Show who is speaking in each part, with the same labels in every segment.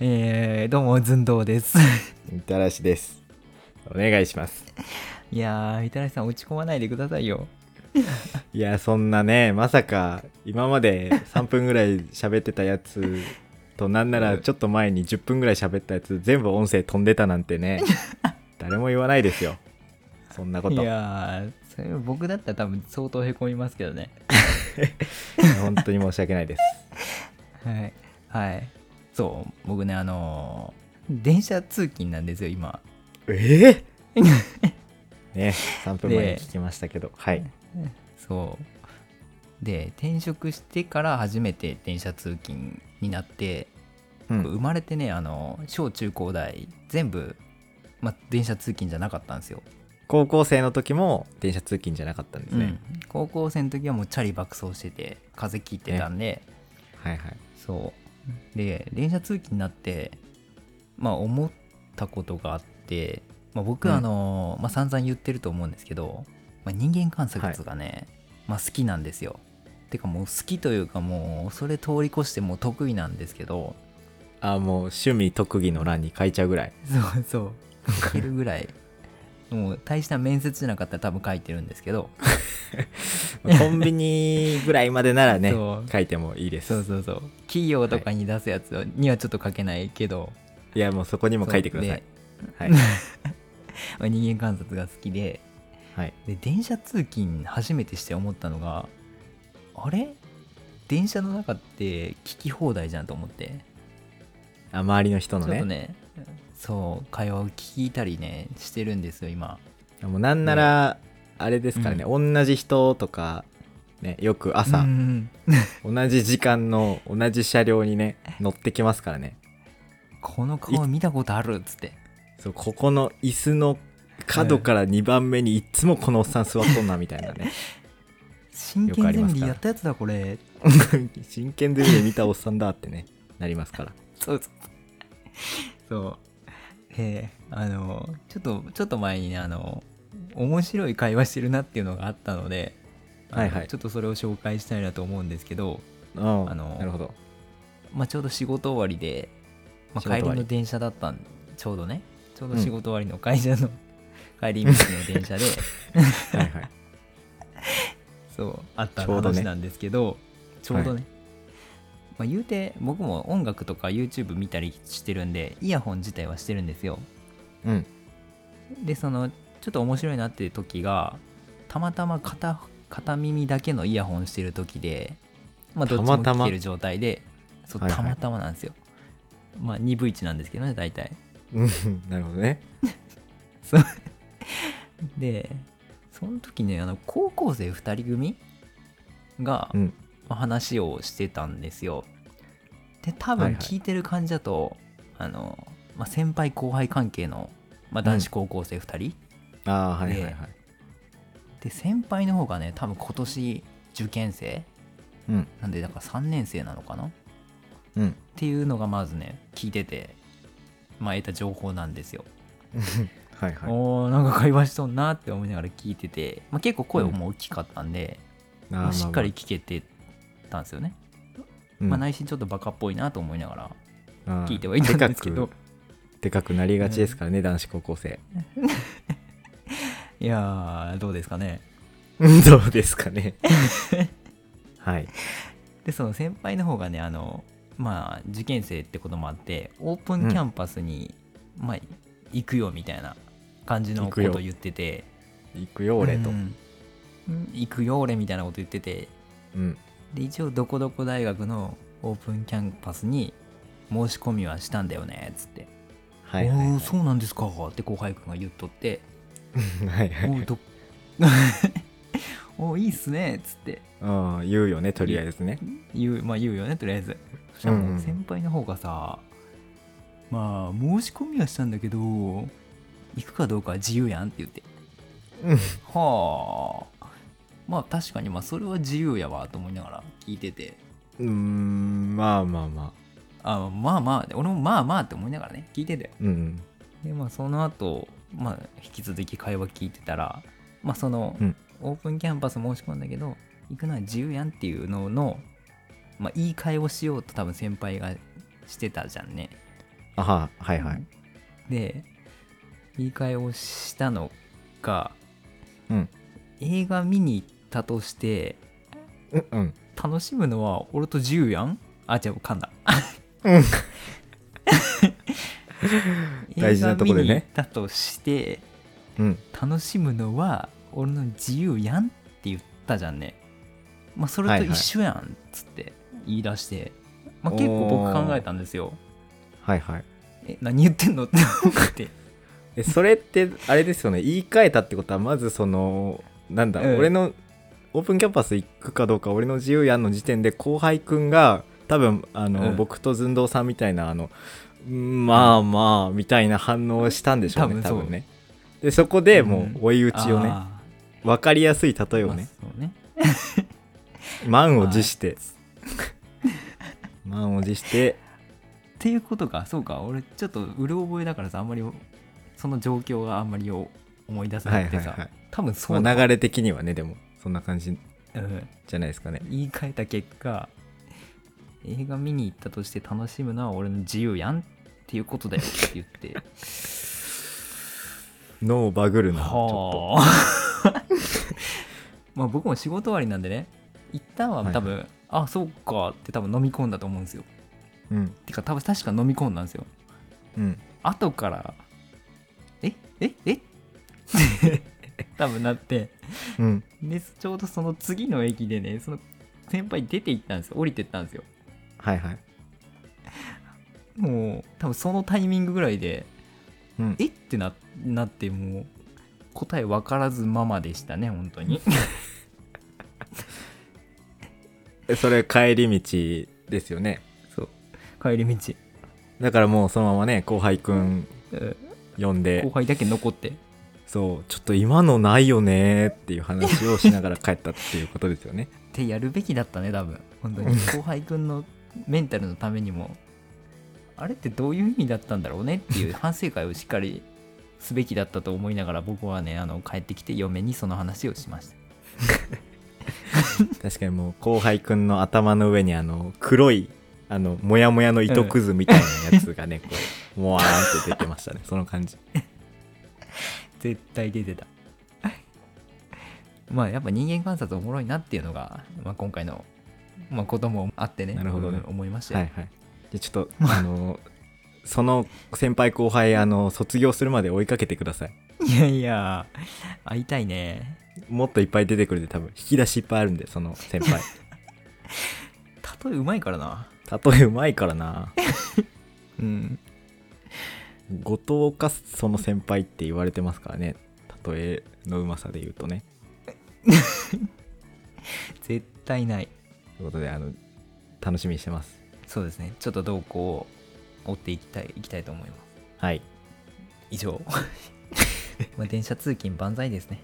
Speaker 1: えー、どうも、ずんどう です。
Speaker 2: みたらしです。お願いします。
Speaker 1: いやー、みたらしさん、落ち込まないでくださいよ。
Speaker 2: いや、そんなね、まさか、今まで3分ぐらい喋ってたやつと、なんならちょっと前に10分ぐらい喋ったやつ、全部音声飛んでたなんて ね、誰も言わないですよ。そんなこと。
Speaker 1: い
Speaker 2: いや
Speaker 1: やー、それ僕だったら多分相当へこみますけどね。
Speaker 2: 本当に申し訳ないです。
Speaker 1: はい。はい。そう、僕ね、あのー電車通勤なんですよ、今。
Speaker 2: ええね、3分前に聞きましたけど、はい。
Speaker 1: そう。で、転職してから初めて電車通勤になって、
Speaker 2: うん
Speaker 1: 生まれてね、あのー小中高大、全部、ま、電車通勤じゃなかったんですよ。
Speaker 2: 高校生の時も電車通勤じゃなかったんですね。
Speaker 1: うん高校生の時はもうチャリ爆走してて風邪切ってたんで、
Speaker 2: はいはい。
Speaker 1: そうで電車通勤になってまあ思ったことがあって、まあ、僕
Speaker 2: うん
Speaker 1: あの、まあ、散々言ってると思うんですけど、まあ、人間観察がね、まあ、好きなんですよてかもう好きというかもうそれ通り越してもう得意なんですけど
Speaker 2: あ、もう趣味特技の欄に書いちゃうぐらい。
Speaker 1: そうそう書けるぐらいもう大した面接じゃなかったら多分書いてるんですけど
Speaker 2: コンビニぐらいまでならね
Speaker 1: そう
Speaker 2: 書いてもいいです
Speaker 1: そうそうそう企業とかに出すやつにはちょっと書けないけど、
Speaker 2: いやもうそこにも書いてくださいはい、
Speaker 1: まあ人間観察が好きで
Speaker 2: はい、
Speaker 1: で電車通勤初めてして思ったのがあれ電車の中って聞き放題じゃんと思って、
Speaker 2: あ周りの人の
Speaker 1: ちょっ
Speaker 2: ね
Speaker 1: とねそう会話を聞いたりねしてるんですよ今
Speaker 2: もうなんならあれですからね、同じ人とかねよく朝
Speaker 1: う、ん
Speaker 2: 同じ時間の同じ車両にね乗ってきますからね
Speaker 1: この顔見たことあるっつって
Speaker 2: そうここの椅子の角から2番目にいっつもこのおっさん座っとんなみたい なね
Speaker 1: 真
Speaker 2: よく
Speaker 1: 剣
Speaker 2: あり
Speaker 1: ゼ
Speaker 2: ま
Speaker 1: ミ
Speaker 2: す
Speaker 1: で
Speaker 2: から
Speaker 1: やったやつだこれ
Speaker 2: 真剣ゼミで見たおっさんだってねなりますから
Speaker 1: そうそう。そう。えーあの、ちょっと、ちょっと前にね、あの、面白い会話してるなっていうのがあったので、あの
Speaker 2: はいはい
Speaker 1: ちょっとそれを紹介したいなと思うんですけど、
Speaker 2: うん
Speaker 1: あの
Speaker 2: なるほど
Speaker 1: まあ、ちょうど仕事終わりで、ま
Speaker 2: 仕
Speaker 1: あ、帰
Speaker 2: 事終
Speaker 1: り
Speaker 2: わり
Speaker 1: の電車だったんちょうどね、ちょうど仕事終わりの会社の 帰り道の電車 で、
Speaker 2: はいはい
Speaker 1: そう、あった
Speaker 2: ちょうどね
Speaker 1: 話なんですけど、ちょうどね、まあ、言うて、僕も音楽とか YouTube 見たりしてるんで、イヤホン自体はしてるんですよ。
Speaker 2: うん
Speaker 1: でそのちょっと面白いなっていう時がたまたま片片耳だけのイヤホンしてる時で、まあ、どっちも
Speaker 2: たまたま
Speaker 1: 聞ける状態でそう
Speaker 2: はいはい
Speaker 1: たまたまなんですよ、まあ2分1なんですけどね大体
Speaker 2: うんなるほどね
Speaker 1: でその時ねあの高校生2人組が、
Speaker 2: うん
Speaker 1: まあ話をしてたんですよで多
Speaker 2: は
Speaker 1: 分
Speaker 2: いはい
Speaker 1: 聞いてる感じだと、あの、まあ、先輩後輩関係の、まあ、男子高校生2人、
Speaker 2: ああはいはいはい、
Speaker 1: で先輩の方がね多分今年受験生
Speaker 2: うん
Speaker 1: なんでだから3年生なのかなっ
Speaker 2: うん
Speaker 1: ていうのがまずね聞いてて、まあ、得た情報なんですよ、
Speaker 2: はいはい
Speaker 1: おーなんか会話しそうなって思いながら聞いてて、まあ、結構声も大きかったんで、
Speaker 2: あー
Speaker 1: まあ
Speaker 2: まあ
Speaker 1: しっかり聞けてたんですよね、
Speaker 2: うん
Speaker 1: まあ、内心ちょっとバカっぽいなと思いながら
Speaker 2: ああ
Speaker 1: 聞いてはいたんですけど
Speaker 2: でかくでかくなりがちですからね、男子高校生
Speaker 1: いやーどうですかね
Speaker 2: どうです かねはい
Speaker 1: でその先輩の方がねあのまあ受験生ってこともあってオープンキャンパスに、まあ行くよみたいな感じのこ
Speaker 2: 行
Speaker 1: と
Speaker 2: くよ
Speaker 1: を言ってて
Speaker 2: 行くよ俺と、
Speaker 1: う
Speaker 2: うん
Speaker 1: ん行くよ俺みたいなこと言っててで一応どこどこ大学のオープンキャンパスに申し込みはしたんだよねっつって「
Speaker 2: はいはいはい
Speaker 1: おおそうなんですか」って後輩君が言っとって
Speaker 2: はい
Speaker 1: 「
Speaker 2: はい
Speaker 1: お おどおーいいっすね」っつって
Speaker 2: うん言うよねとりあえずね
Speaker 1: 言うまあ言うよねとりあえずそしたら
Speaker 2: うん
Speaker 1: も
Speaker 2: う
Speaker 1: うん先輩の方がさ、まあ申し込みはしたんだけど行くかどうかは自由やんって言って
Speaker 2: うん
Speaker 1: はあまあ確かにまあそれは自由やわと思いながら聞いてて
Speaker 2: うーんまあまあまあ
Speaker 1: あまあまあ俺もまあまあって思いながらね聞いてたよ
Speaker 2: うん
Speaker 1: でまあその後、まあ引き続き会話聞いてたらまあその、
Speaker 2: うん
Speaker 1: オープンキャンパス申し込んだけど行くのは自由やんっていうのの、まあ、いい会をしようと多分先輩がしてたじゃんね
Speaker 2: あははいはい
Speaker 1: で言い換えをしたのが、
Speaker 2: うん
Speaker 1: 映画見に行ったとして
Speaker 2: うんうん
Speaker 1: 楽しむのは俺と自由やんあじゃあ噛んだ
Speaker 2: うん大事なとこで
Speaker 1: 映画見
Speaker 2: ね
Speaker 1: に行ったとして
Speaker 2: うん
Speaker 1: 楽しむのは俺の自由やんって言ったじゃんね、まあ、それと一緒やんっつって言い出して、まあ、結構
Speaker 2: お
Speaker 1: 僕
Speaker 2: ー
Speaker 1: 考えたんですよ
Speaker 2: はいはい
Speaker 1: え何言ってんのって思 って
Speaker 2: えそれってあれですよね言い換えたってことはまずそのなんだ、
Speaker 1: うん
Speaker 2: 俺のオープンキャンパス行くかどうか俺の自由やんの時点で後輩くんが多分あの、
Speaker 1: うん
Speaker 2: 僕と寸胴さんみたいなあのうんまあまあみたいな反応をしたんでしょう
Speaker 1: 多分
Speaker 2: ね多
Speaker 1: そう
Speaker 2: 分ねでそこでも
Speaker 1: うん
Speaker 2: う追い打ちをね、
Speaker 1: あ
Speaker 2: 分かりやすい例え
Speaker 1: ー
Speaker 2: を
Speaker 1: まあ
Speaker 2: ね
Speaker 1: そうね
Speaker 2: 満を持して、 満を持して
Speaker 1: っていうことかそうか俺ちょっとうる覚えだからさあんまりその状況があんまり思い出せ
Speaker 2: は
Speaker 1: ないく
Speaker 2: はい
Speaker 1: て
Speaker 2: はい
Speaker 1: さ、多分そう
Speaker 2: ま
Speaker 1: だ、
Speaker 2: あ、流れ的にはねでもそんな感じ
Speaker 1: うん
Speaker 2: じゃないですかね
Speaker 1: 言い換えた結果映画見に行ったとして楽しむのは俺の自由やんっていうことだよって言って
Speaker 2: 脳をバグるなちょ
Speaker 1: はあ まあ僕も仕事終わりなんでね一旦は多分、あそうかって多分飲み込んだと思うんですよ
Speaker 2: っとうん
Speaker 1: てか多分確か飲み込んだんですよ
Speaker 2: うん
Speaker 1: 後からえええ 多分なって
Speaker 2: うん
Speaker 1: でちょうどその次の駅でねその先輩出て行ったんですよ降りてったんですよ
Speaker 2: はいはい
Speaker 1: もう多分そのタイミングぐらいで
Speaker 2: うん
Speaker 1: えってななってもう答え分からずままでしたね本当に
Speaker 2: えそれ帰り道ですよね
Speaker 1: そう 帰り道、
Speaker 2: だからもうそのままね後輩くん
Speaker 1: え
Speaker 2: 呼
Speaker 1: ー後
Speaker 2: んで
Speaker 1: 輩だけ残って
Speaker 2: そうちょっと今のないよねっていう話をしながら帰ったっていうことですよね
Speaker 1: っ てやるべきだったね多分本当に後輩くんのメンタルのためにもあれってどういう意味だったんだろうねって いう反省会をしっかりすべきだったと思いながら僕はねあの帰ってきて嫁にその話をしました
Speaker 2: 確かにもう後輩くんの頭の上にあの黒いあのモヤモヤの糸くずみたいなやつが ね、こうもわーんって出てましたねその感じ
Speaker 1: 絶対出てた まあやっぱ人間観察おもろいなっていうのが、まあ、今回の、まあ、こともあってね
Speaker 2: なるほどね
Speaker 1: うん思いました
Speaker 2: は
Speaker 1: よ、
Speaker 2: いはいじゃあちょっとあの その先輩後輩あの卒業するまで追いかけてください
Speaker 1: い、やいや会いたいね
Speaker 2: もっといっぱい出てくるんで多分引き出しいっぱいあるんでその先輩
Speaker 1: 例えうまいからな
Speaker 2: 例えうまいからな
Speaker 1: うん
Speaker 2: 後藤かその先輩って言われてますからね例えのうまさで言うとね
Speaker 1: 絶対ない
Speaker 2: ということであの楽しみにしてます
Speaker 1: そうですねちょっと動向を追っていきたいいきたいと思います
Speaker 2: はい
Speaker 1: 以 上まあ電車通勤万歳ですね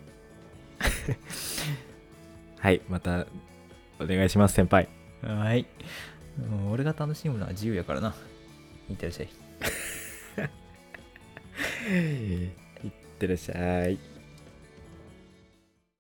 Speaker 2: はいまたお願いします先輩
Speaker 1: はいもう俺が楽しむのは自由やからないってらっしゃい
Speaker 2: いってらっしゃい